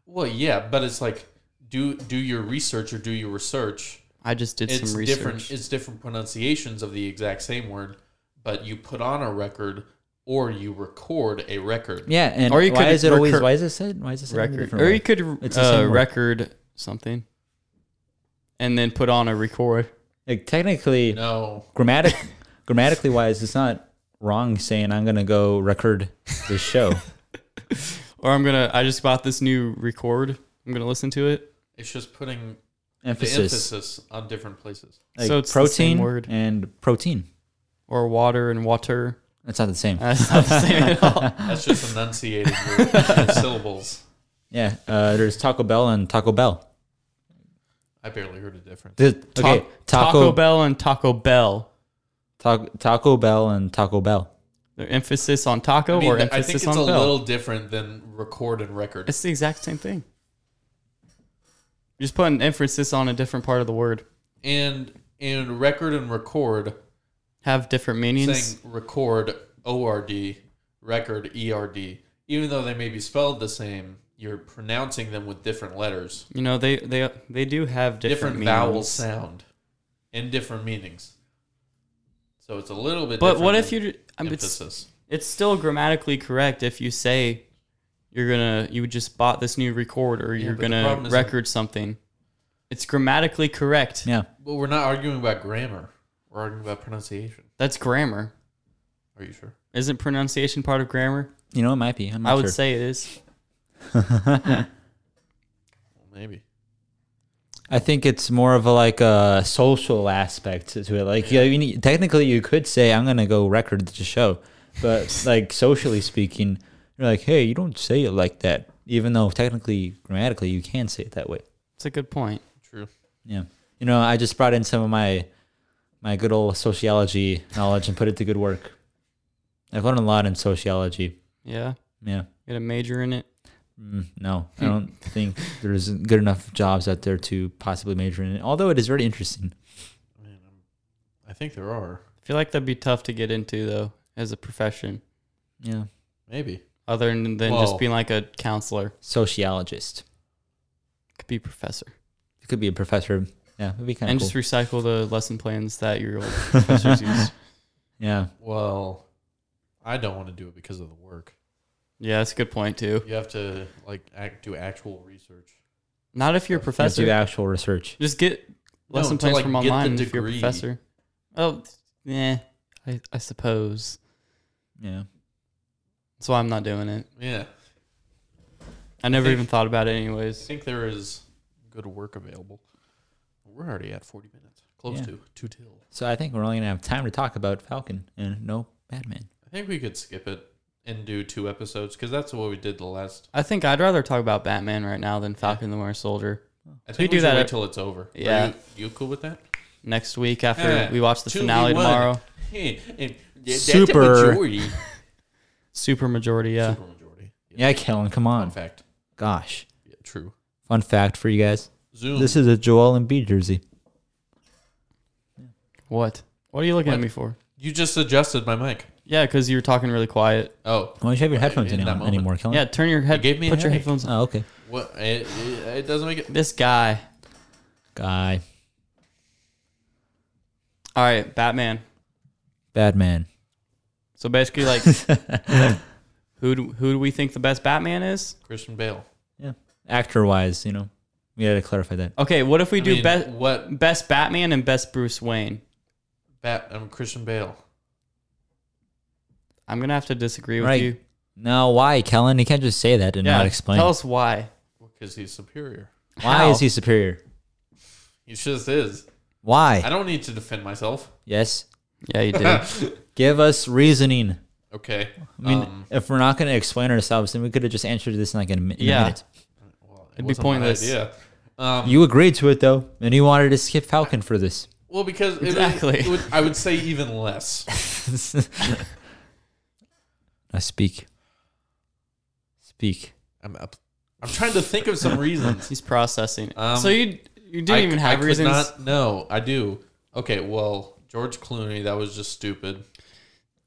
Well, yeah, but it's like do do your research or do your research.
I just did
It's
some research.
different. It's different pronunciations of the exact same word, but you put on a record or you record a record.
Yeah, and
Or you
why
could
is it always
recur-
why is it said why is it said in a
record.
different
Or
way?
you could
It's the
uh,
same word.
record something and then put on a record.
like technically
No,
grammatic grammatically wise, it's not wrong saying I'm gonna go record this show.
Or I'm gonna I just bought this new record. I'm gonna listen to it.
it's just putting
emphasis,
the emphasis on different places.
Like
So it's the
protein
same word.
and protein.
Or water and water.
That's not the same.
That's not the same at all.
That's just enunciating your syllables.
yeah, uh, there's Taco Bell and Taco Bell.
I barely heard a difference.
The- okay,
Ta-
Taco
Taco Bell and Taco Bell.
Ta- Taco Bell and Taco Bell.
Their emphasis on taco
I mean,
or
th- I think
emphasis
it's a
on bell.
little different than record and record.
It's the exact same thing. You're just putting emphasis on a different part of the word.
and and record and record
Have different meanings.
saying record ord record erd even though they may be spelled the same you're pronouncing them with different letters
You know, they they they do have
different,
different, meanings.
vowel sound and different meanings so it's a little bit
But what
different
if you? I
in
mean, it's
emphasis
it's still grammatically correct if you say you're gonna you just bought this new record or you're
but the problem
gonna
is-
record something. It's grammatically correct.
Yeah,
but we're not arguing about grammar we're arguing about pronunciation
That's grammar.
are you sure
Isn't pronunciation part of grammar?
you know it might be. I'm not
I would
sure.
say it is.
well, maybe
I think it's more of a like a social aspect to it. Like, yeah, you need, technically, you could say I'm gonna go record the show, but like socially speaking, you're like, hey, you don't say it like that, even though technically, grammatically, you can say it that way.
It's a good point.
true
Yeah, you know, I just brought in some of my my good old sociology knowledge and put it to good work. I've learned a lot in sociology.
Yeah,
Yeah.
get a major in it.
Mm, no, I don't think there's good enough jobs out there to possibly major in it. Although it is very interesting.
i mean i i think there are
I feel like that'd be tough to get into though as a profession,
Yeah,
maybe
other than, than
Whoa.
just being like a counselor.
sociologist.
Could be professor
It could be a professor. Yeah, it'd be kind
and
of cool.
just recycle the lesson plans that your old professors use.
yeah,
well i don't want to do it because of the work
Yeah, that's a good point too.
you have to like act, do actual research
Not if you're a
Yeah,
let's do
professor.
actual research.
Just get
No,
lesson
to,
plans
like,
from
get the
online if you're a
degree.
professor. Oh, yeah, I, I suppose.
Yeah,
That's why I'm not doing it.
yeah
I never
think-
even thought about it,
I
anyways.
think there is good work available. We're already at 40 minutes, close
Yeah.
to two till.
so I think we're only gonna have time to talk about Falcon and no Batman.
I think we could skip it and do two episodes because that's what we did the last.
I think I'd rather talk about Batman right now than Falcon the Winter Soldier
I think
do
we, should
that
wait
at-
till it's over. Are
Yeah.
you, you cool with that?
next week after
Yeah.
we watch the
Two v
finale
one.
tomorrow.
Hey, and that's a
Super.
majority.
Super majority, yeah.
Super majority. Yeah.
Yeah, Kellen, come
Fun
on,
fact.
gosh.
Yeah, true.
Fun fact for you guys.
Zoom.
This is a Joel Embiid jersey.
What? What are you looking
What?
at me for?
you just adjusted my mic.
Yeah, because you were talking really quiet.
Oh,
Why don't you have your headphones
in
in
that
any-
moment.
anymore, Kellen?
Yeah, turn your head.
gave me a
put your
headache.
headphones on.
Oh, okay.
what? It, it, it doesn't make it.
This guy.
Guy.
All right, Batman.
Bad man.
So basically, like, who do, who do we think the best Batman is?
Christian Bale.
Yeah. Actor wise, you know. We gotta clarify that.
Okay, what if we
I
do
mean,
best
What?
best Batman and best Bruce Wayne?
Bat. I'm Christian Bale.
I'm gonna have to disagree with
Right.
you.
No, why, Kellen? You can't just say that and not explain.
Tell us why.
Because he's superior.
why
how.
is he superior?
He just is. I
Why?
don't need to defend myself.
Yes.
Yeah, you did.
Give us reasoning.
Okay.
I mean,
um,
if we're not gonna explain ourselves, then we could have just answered this in like in a, mi- in
Yeah.
a minute.
well, it
it'd be
wasn't my
pointless.
Idea. Um,
You agreed to it though, and you wanted to skip Falcon for this.
well, because it-
Exactly.
it would- I would say even less.
I speak. Speak.
I'm up. I'm trying to think of some reasons.
He's processing.
Um,
so you you didn't
I-
even
I
have
could
reasons.
not- no, I do. Okay, well, George Clooney, that was just stupid.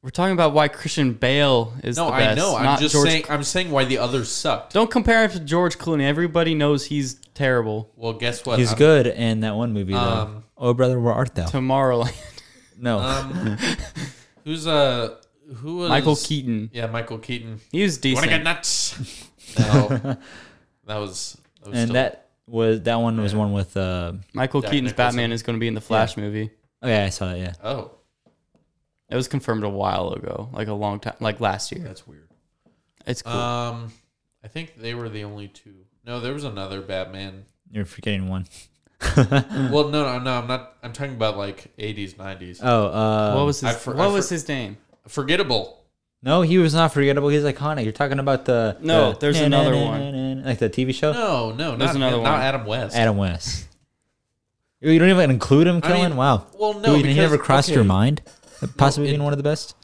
We're talking about why Christian Bale is
No,
the
I
best.
know. I'm
not
just
George
saying. I'm saying why the others sucked.
Don't compare him to George Clooney. Everybody knows he's terrible.
Well, guess what?
He's
I'm-
good in that one movie though.
Uh, Um,
oh brother, where art thou?
Tomorrowland.
no.
Um, who's uh, who was
Michael Keaton.
Yeah, Michael Keaton.
He was
You want to get
decent.
nuts? No, that was. That was
and
still-
that was that one was one with uh
Michael
Jack
Keaton's
Nicholson.
Batman is going to be in the Flash movie.
oh yeah, I saw that, yeah.
Oh,
It was confirmed a while ago, like a long time, like last year.
that's weird.
It's cool.
Um, I think they were the only two. No, there was another Batman.
You're forgetting one.
Well, no, no, no. I'm not. I'm talking about like 80s, 90s.
Oh, uh
what was
I
his
for- I
What was
for-
his name?
Forgettable.
No, he was not forgettable, he's iconic. You're talking about the
No,
the-
there's another one.
Like the TV show?
No, no,
There's
not,
another
not
one.
Adam West.
Adam West. You don't even include him,
I
Kellen?
mean,
wow.
Well, no,
Dude, he
because,
never crossed your
okay,
mind? Possibly
it-
being one of the best?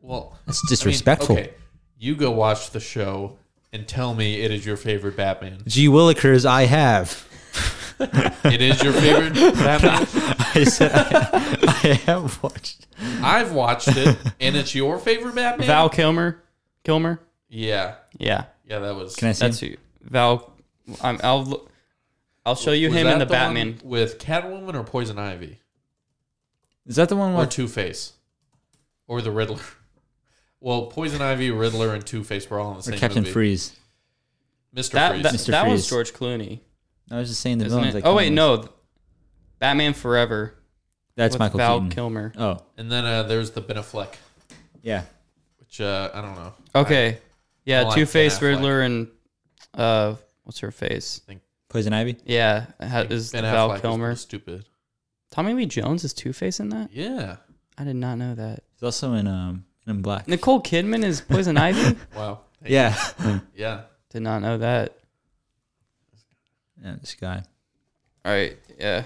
Well,
That's
I mean,
disrespectful.
okay, you go watch the show and tell me it is your favorite Batman.
G Willikers, I have.
It is your favorite Batman.
I said I, I have watched.
I've watched it, and it's your favorite Batman.
Val Kilmer. Kilmer.
yeah,
Yeah,
yeah, that was.
Can I see?
that's
him?
who. Val. I'm, I'll. look- I'll show you
was
him in
that
the,
one
Batman.
with Catwoman or Poison Ivy
Is that the one
or
with
Two Face or the Riddler? Well, Poison Ivy, Riddler, and Two Face were all in the
or
same
Captain
movie.
Freeze?
Mr.
That
Freeze.
that,
Mr.
that
Freeze.
was George Clooney,
I was just saying the
isn't
villains.
it?
Like
oh wait,
Kellen was-
no. Batman Forever.
that's
with
Michael
Val
Keaton.
Kilmer.
Oh,
and then uh, there's the Ben Affleck,
yeah.
which uh, I don't know.
Okay.
I
yeah,
like
Two Face,
Ben Affleck.
Riddler, and uh, what's her face?
Poison Ivy.
Yeah, ha- is
Ben
Val
Affleck is
Kilmer.
pretty stupid.
Tommy Lee Jones is Two Face in that.
Yeah.
I did not know that.
He's also in um in Black.
Nicole Kidman is Poison Ivy.
Wow. Hey,
Yeah.
Yeah.
Did not know that.
yeah. This guy.
All right. Yeah,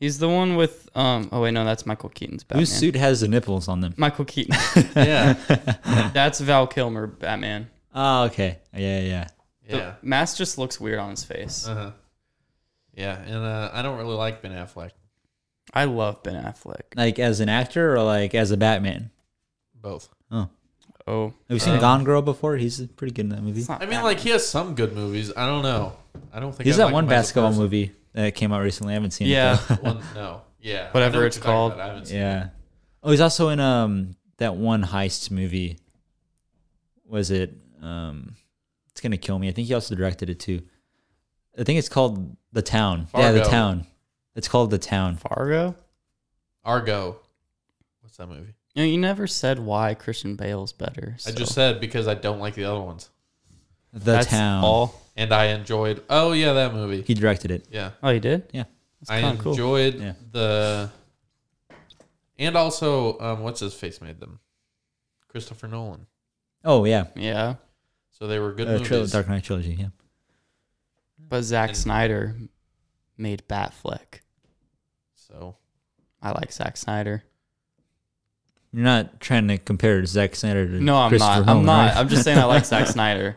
he's the one with um. Oh wait, no, that's Michael Keaton's Batman.
Whose suit has the nipples on them?
Michael Keaton.
Yeah.
that's Val Kilmer Batman.
Oh, okay. Yeah, yeah.
The
Yeah.
mask just looks weird on his face.
Uh-huh. Yeah. And uh, I don't really like Ben Affleck,
I love Ben Affleck.
Like as an actor or like as a Batman.
both.
Oh,
Oh,
have you seen
Um,
Gone Girl before? He's pretty good in that movie.
it's not
I mean,
Batman.
like, he has some good movies. I don't know. I don't think
He's
I
that
like
one
him as a
basketball
person.
movie that came out recently. I haven't seen.
yeah.
it
One, no. Yeah. I
Whatever
know what
it's
you're talking
called.
about. I haven't
though.
seen
yeah. Oh, he's also in um that one heist movie. Was it um? It's gonna kill me. I think he also directed it too. I think it's called The Town. Yeah, The
Fargo.
Town. It's called The Town.
Fargo.
Argo. What's that movie?
No, you never said why Christian Bale's better.
I
so
just said because I don't like the other ones.
The
that's
Town.
all.
And I enjoyed. Oh, yeah, that movie.
He directed it.
Yeah.
Oh, you did.
I
kinda cool.
enjoyed
Yeah.
the. And also, um, what's his face made them? Christopher Nolan.
Oh yeah,
Yeah,
So they were good
Oh,
uh,
movies.
tril- Dark Knight trilogy. Yeah.
but Zack
And-
Snyder made Batfleck.
So
I like Zack Snyder.
You're not trying to compare Zack Snyder to
No, I'm
Christopher
not. I'm
Nolan,
not.
right?
I'm just saying I like Zack Snyder.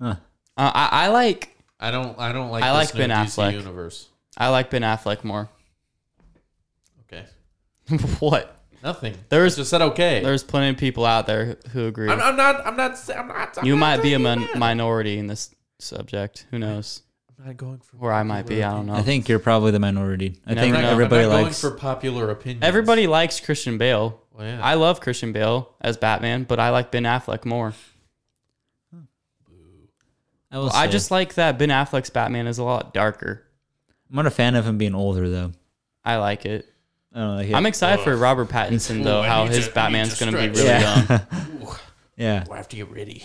Huh.
Uh, I, I like
I don't. I don't like.
I
this
like
new
Ben
DC
Affleck.
universe.
I like Ben Affleck more.
Okay.
what?
Nothing.
There's-
just said okay.
There's plenty of people out there who agree.
I'm, I'm not. I'm not. I'm not. I'm
you
not
might be a
saying
min-
that.
minority in this subject. Who knows?
I'm not going for
Where I might be, I don't know.
I think you're probably the minority. I
Never
think
know.
I'm not-
everybody
I'm not
likes.
going for popular opinion.
Everybody likes Christian Bale.
Well, yeah.
I love Christian Bale as Batman, but I like Ben Affleck more.
I, will
I
say.
just like that Ben Affleck's Batman is a lot darker.
I'm not a fan of him being older though.
I like it.
I don't like it.
I'm excited for Robert Pattinson though.
Ooh, I
how
need
his
to- I need
Batman's
to
going to be
stretch.
really young.
yeah.
I have to get ready.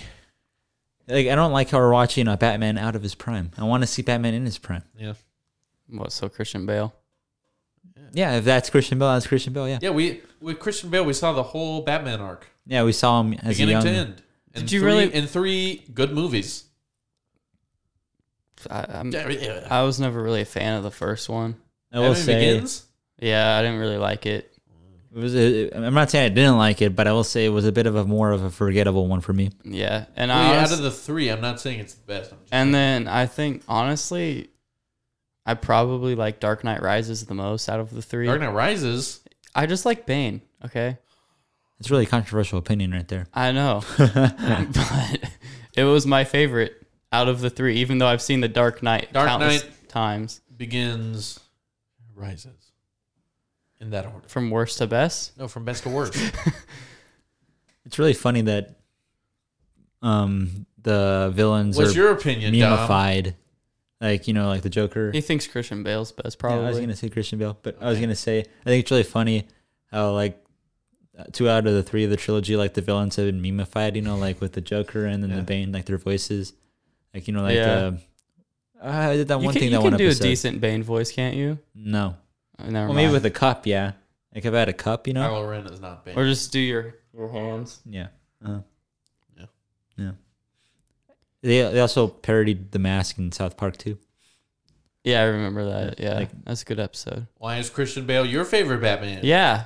Like I don't like how we're watching a Batman out of his prime. I want to see Batman in his prime.
Yeah.
What? So Christian Bale?
Yeah, if that's Christian Bale, that's Christian Bale. Yeah,
Yeah. We with Christian Bale, we saw the whole Batman arc,
yeah. We saw him as a
beginning
young.
to end. In
Did you
three,
really-
in three good movies?
I, I'm,
Yeah, yeah.
I was never really a fan of the first one.
I will
Batman
say
Begins?
Yeah, I didn't really like it.
it was. A, I'm not saying I didn't like it, but I will say it was a bit of a more of a forgettable one for me.
Yeah, and
Well,
I
yeah,
honest-
out of the three, I'm not saying it's the best. I'm just-
and then I think honestly, I probably like Dark Knight Rises the most out of the three.
Dark Knight Rises.
I just like Bane. Okay,
It's really a controversial opinion right there.
I know, but it was my favorite out of the three. Even though I've seen the Dark Knight
Dark
countless times
begins rises in that order.
from worst to best.
No, from best to worst.
It's really funny that um the villains
What's
are
your opinion, Dom?
memified, like you know, like the Joker.
He thinks Christian Bale's best,
Yeah,
probably.
I was gonna say Christian Bale, but I was gonna say I think it's really funny how like uh, two out of the three of the trilogy, like the villains have been memified, you know, like with the Joker and then
Yeah.
the Bane, like their voices, like you know, like
Yeah.
uh, I did that
you
one
can,
thing
you
that
can
one
do
episode.
a decent Bane voice, can't you?
no,
Oh, never
uh, well
mind.
maybe with a cup, yeah. Like if I had a cup, you know,
Kylo Ren is not Bane.
or just do your your hands.
yeah, uh,
Yeah.
yeah. They they also parodied the mask in South Park too.
Yeah, I remember that. Yeah,
like-
that's a good episode.
Why is Christian Bale your favorite Batman?
Yeah,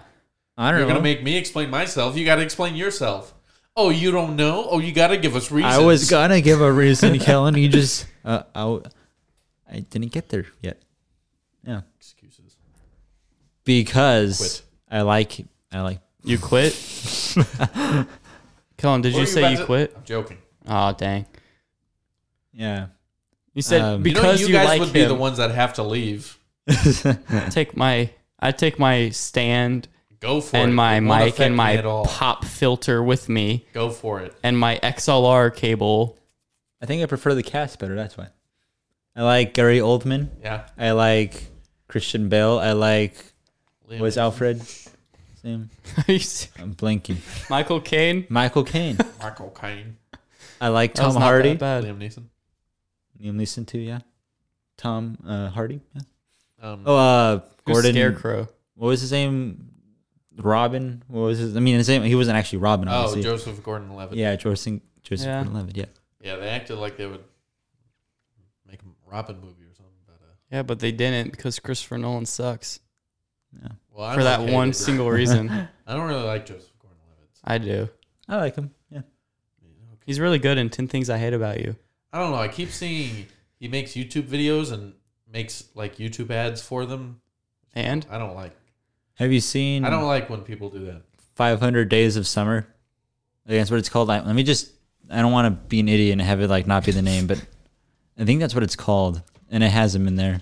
I don't
You're
know.
gonna make me explain myself. You gotta explain yourself. Oh, you don't know? Oh, you gotta give us reasons.
I was gonna give a reason, Kellen. You just uh, I, w- I didn't get there yet. Yeah,
excuses.
because
Quit.
I like I like
you quit. Colin, did
What
you
were
say
about
you
to-
quit?
I'm joking.
Oh dang!
yeah.
You said
Um, You
You know,
because you,
you guys
like
would
him.
be the ones that have to leave.
Take my I take my stand
Go for it.
and
It
my
won't
mic
affect
and
me
my
at all.
pop filter with me
Go for it.
and my XLR cable.
I think I prefer the cast better. That's why. I like Gary Oldman.
Yeah.
I like Christian Bale. I like
Liam.
was Alfred. Same.
Are you s-
I'm blanking.
Michael Caine.
Michael Caine.
Michael Caine.
I like
That was
Tom
not that
Hardy.
bad.
Liam Neeson.
Liam Neeson too. Yeah. Tom uh, Hardy. Yeah.
Um,
Oh, uh,
Who's
Gordon.
Scarecrow.
what was his name? Robin. What was his? I mean, his name. He wasn't actually Robin.
oh,
Obviously.
Joseph Gordon-Levitt.
yeah, Joseph Joseph
Yeah.
Gordon-Levitt. Yeah.
Yeah, they acted like they would make a Robin movie or something. But uh,
Yeah, but they didn't because Christopher Nolan sucks
well, I
for
like
that
Hated
one
It.
single reason.
I don't really like Joseph Gordon-Levitt.
I do.
I like him. Yeah.
He's really good in Ten Things I Hate About You.
I don't know. I keep seeing he makes YouTube videos and makes like YouTube ads for them.
And
I don't like.
Have you seen
I don't like when people do that.
500 Days of Summer? I think that's what it's called. I, let me just. I don't want to be an idiot and have it like not be the name, but I think that's what it's called, and it has him in there.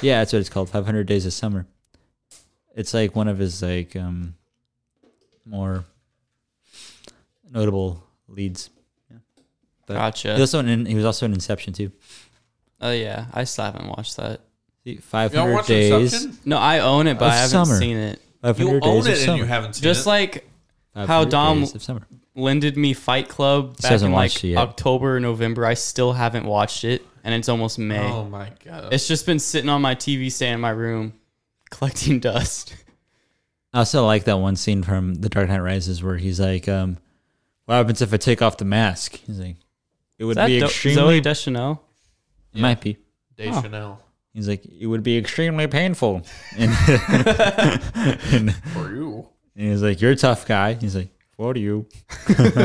Yeah, that's what it's called. 500 Days of Summer. It's like one of his like um more notable leads. But- He
gotcha.
also in, he was also in Inception too.
Oh yeah, I still haven't watched that.
Five
You don't
hundred
watch
days.
Inception?
No, I own it, but
Of
I haven't
summer.
seen it.
Five
You
hundred
own
days of
it and you
summer.
haven't seen
Just
it.
like
500
Dom-
days of summer.
lended me Fight Club back
hasn't
in like
watched it yet.
October or November. I still haven't watched it, and it's almost May.
oh my god.
It's just been sitting on my TV stand in my room, collecting dust.
I also like that one scene from The Dark Knight Rises where he's like, um, "What happens if I take off the mask?" He's like, "It
Is
would
that
be
Do-
extremely."
Zoe Deschanel?
It might be.
Oh.
Deschanel.
He's like, "It would be extremely painful." And, and,
For you.
and he's like, "You're a tough guy." He's like, "What are you?" yeah.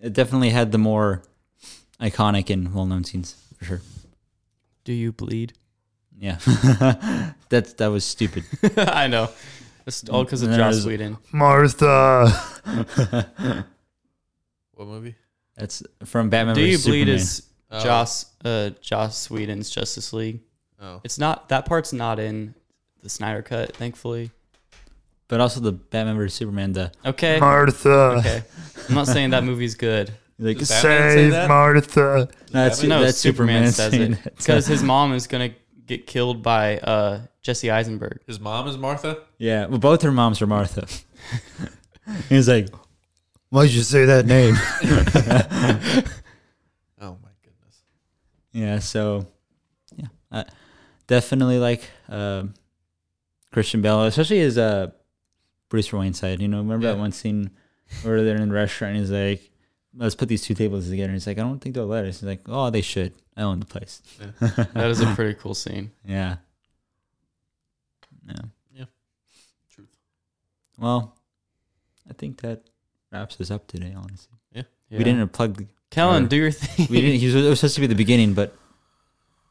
it definitely had the more iconic and well known scenes for sure.
Do you bleed?
Yeah, that's that was stupid.
I know. It's all because of
That
Joss
is-
Whedon.
Martha.
What movie?
That's from Batman.
Do you
versus
bleed
Superman.
is
Oh.
Joss uh Joss Whedon's Justice League.
Oh,
It's not that part's not in the Snyder cut, thankfully.
but also the Batman versus Superman. The
Okay.
Martha.
Okay. I'm not saying that movie's good.
like
Does Batman say
Save
that?
Martha.
that's
Batman?
No,
that's
Superman,
Superman,
says
saying
it
that.
because his mom is gonna get killed by uh Jesse Eisenberg.
his mom is Martha.
yeah, well, both her moms are Martha. He's like,
Why'd you say that name?
Oh my goodness.
yeah, so yeah, uh, definitely like um Christian Bale, especially his uh, Bruce Wayne side. You know, remember that
Yeah.
one scene where they're in the restaurant? and He's like, "Let's put these two tables together." And he's like, "I don't think they'll let us." He's like, "Oh, they should. I own the place."
That is a pretty cool scene.
Yeah. Yeah.
Yeah. Truth.
Well, I think that wraps us up today. Honestly,
Yeah.
we didn't plug. the-
Kellen,
or-
do your thing.
We didn't. he was- It was supposed to be the beginning, but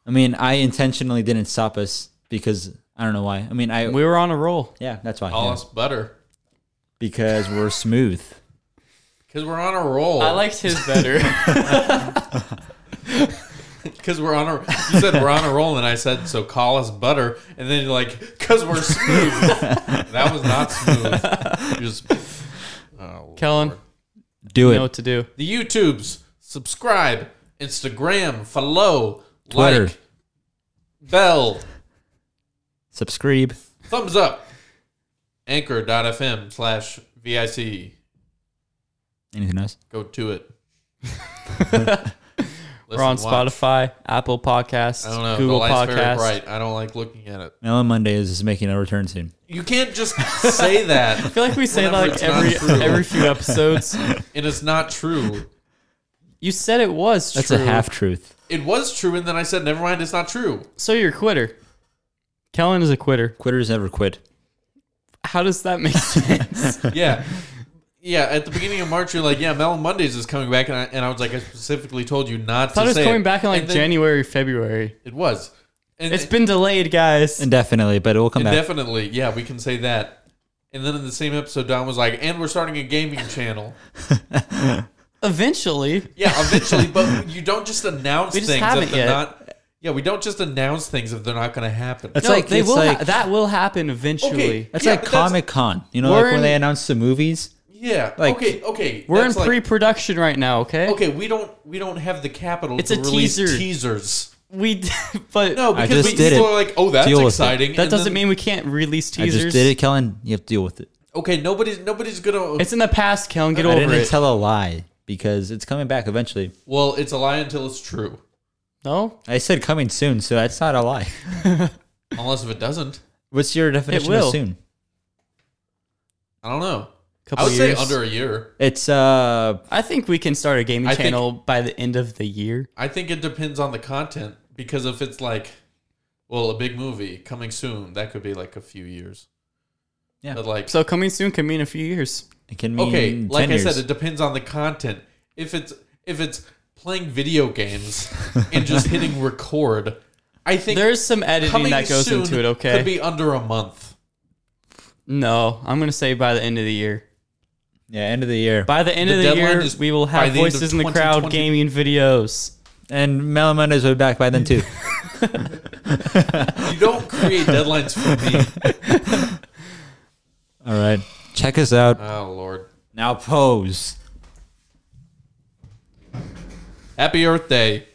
I mean, I intentionally didn't stop us because I don't know why. I mean, I
We were on a roll.
yeah, that's why.
Call
yeah.
us butter
Because we're smooth.
because we're on a roll.
I liked his better.
because we're on a. You said we're on a roll, and I said so. Call us butter, and then you're like, because we're smooth. that was not smooth. You just, oh,
Kellen,
Lord.
Do
you
it.
know what to do.
the YouTubes, subscribe, Instagram, follow,
Twitter.
like, bell,
Subscribe.
thumbs up, anchor.fm slash vic.
Anything else?
Go to it.
We're on Spotify, Apple Podcasts,
I don't know.
Google
the light's very
Podcasts.
bright. I don't like looking at it.
Melon Mondays is making a return soon.
You can't just say that,
I feel like we say that
Whenever
like
it's not
every
true.
every few episodes.
and it's not true.
You said it was
That's
true.
a half truth.
It was true, and then I said, "Never mind, it's not true."
So you're a quitter. Kellen is a quitter.
Quitters never quit.
How does that make sense?
Yeah, yeah. At the beginning of March, you're like, "Yeah, Melon Mondays is coming back," and I, and I was like, "I specifically told you not
I thought
to
it was
say
coming back in like
And then-
January, February.
It was. And
It's been delayed, guys.
Indefinitely, but it will come
and
back.
definitely, yeah, we can say that. And then in the same episode, Don was like, "And we're starting a gaming channel."
Eventually,
Yeah, eventually, but you don't just announce
We just
things
haven't
if they're
yet.
not. Yeah, we don't just announce things if they're not going to happen.
That's
no,
like
they
it's
will.
like
ha- that will happen eventually.
Okay.
That's
Yeah,
like
but that's-
Comic Con. You know,
We're
like when they
in-
announce the movies.
yeah.
like,
okay. Okay.
We're
that's
in
like-
pre-production right now. Okay.
Okay, we don't we don't have the capital
It's
to
a
release
teaser.
teasers.
We, d- but
No,
I
because
just
we,
did
people
it.
are like, "Oh, that's
Deal with it.
exciting."
that
and
doesn't
then-
mean we can't release teasers.
I just did it, Kellen. You have to deal with it.
okay. Nobody's nobody's gonna.
It's in the past, Kellen. Get
I
over
didn't
it.
tell a lie because it's coming back eventually.
well, it's a lie until it's true,
no,
I said coming soon, so that's not a lie.
unless if it doesn't.
What's your definition
will.
of soon?
I don't know. I
couple
would
years.
say under a year.
It's uh
I think we can start a gaming
I think-
channel by the end of the year.
I think it depends on the content because if it's like, well, a big movie coming soon, that could be like a few years.
Yeah.
But like,
So coming soon can mean a few years.
it can mean
okay,
ten
like I
years.
said, it depends on the content. If it's if it's playing video games and just hitting record, I think
There's some editing
coming
that goes
soon
into it. Okay.
could be under a month.
no, I'm gonna say by the end of the year.
yeah, end of the year.
By the end
The
of the
deadline
year,
is
we will
by
have
the end of
voices in the crowd
2020.
gaming videos.
And Melamunda's will be back by then too.
You don't create deadlines for me.
All right, check us out
Oh Lord.
now. Pose.
Happy Earth Day.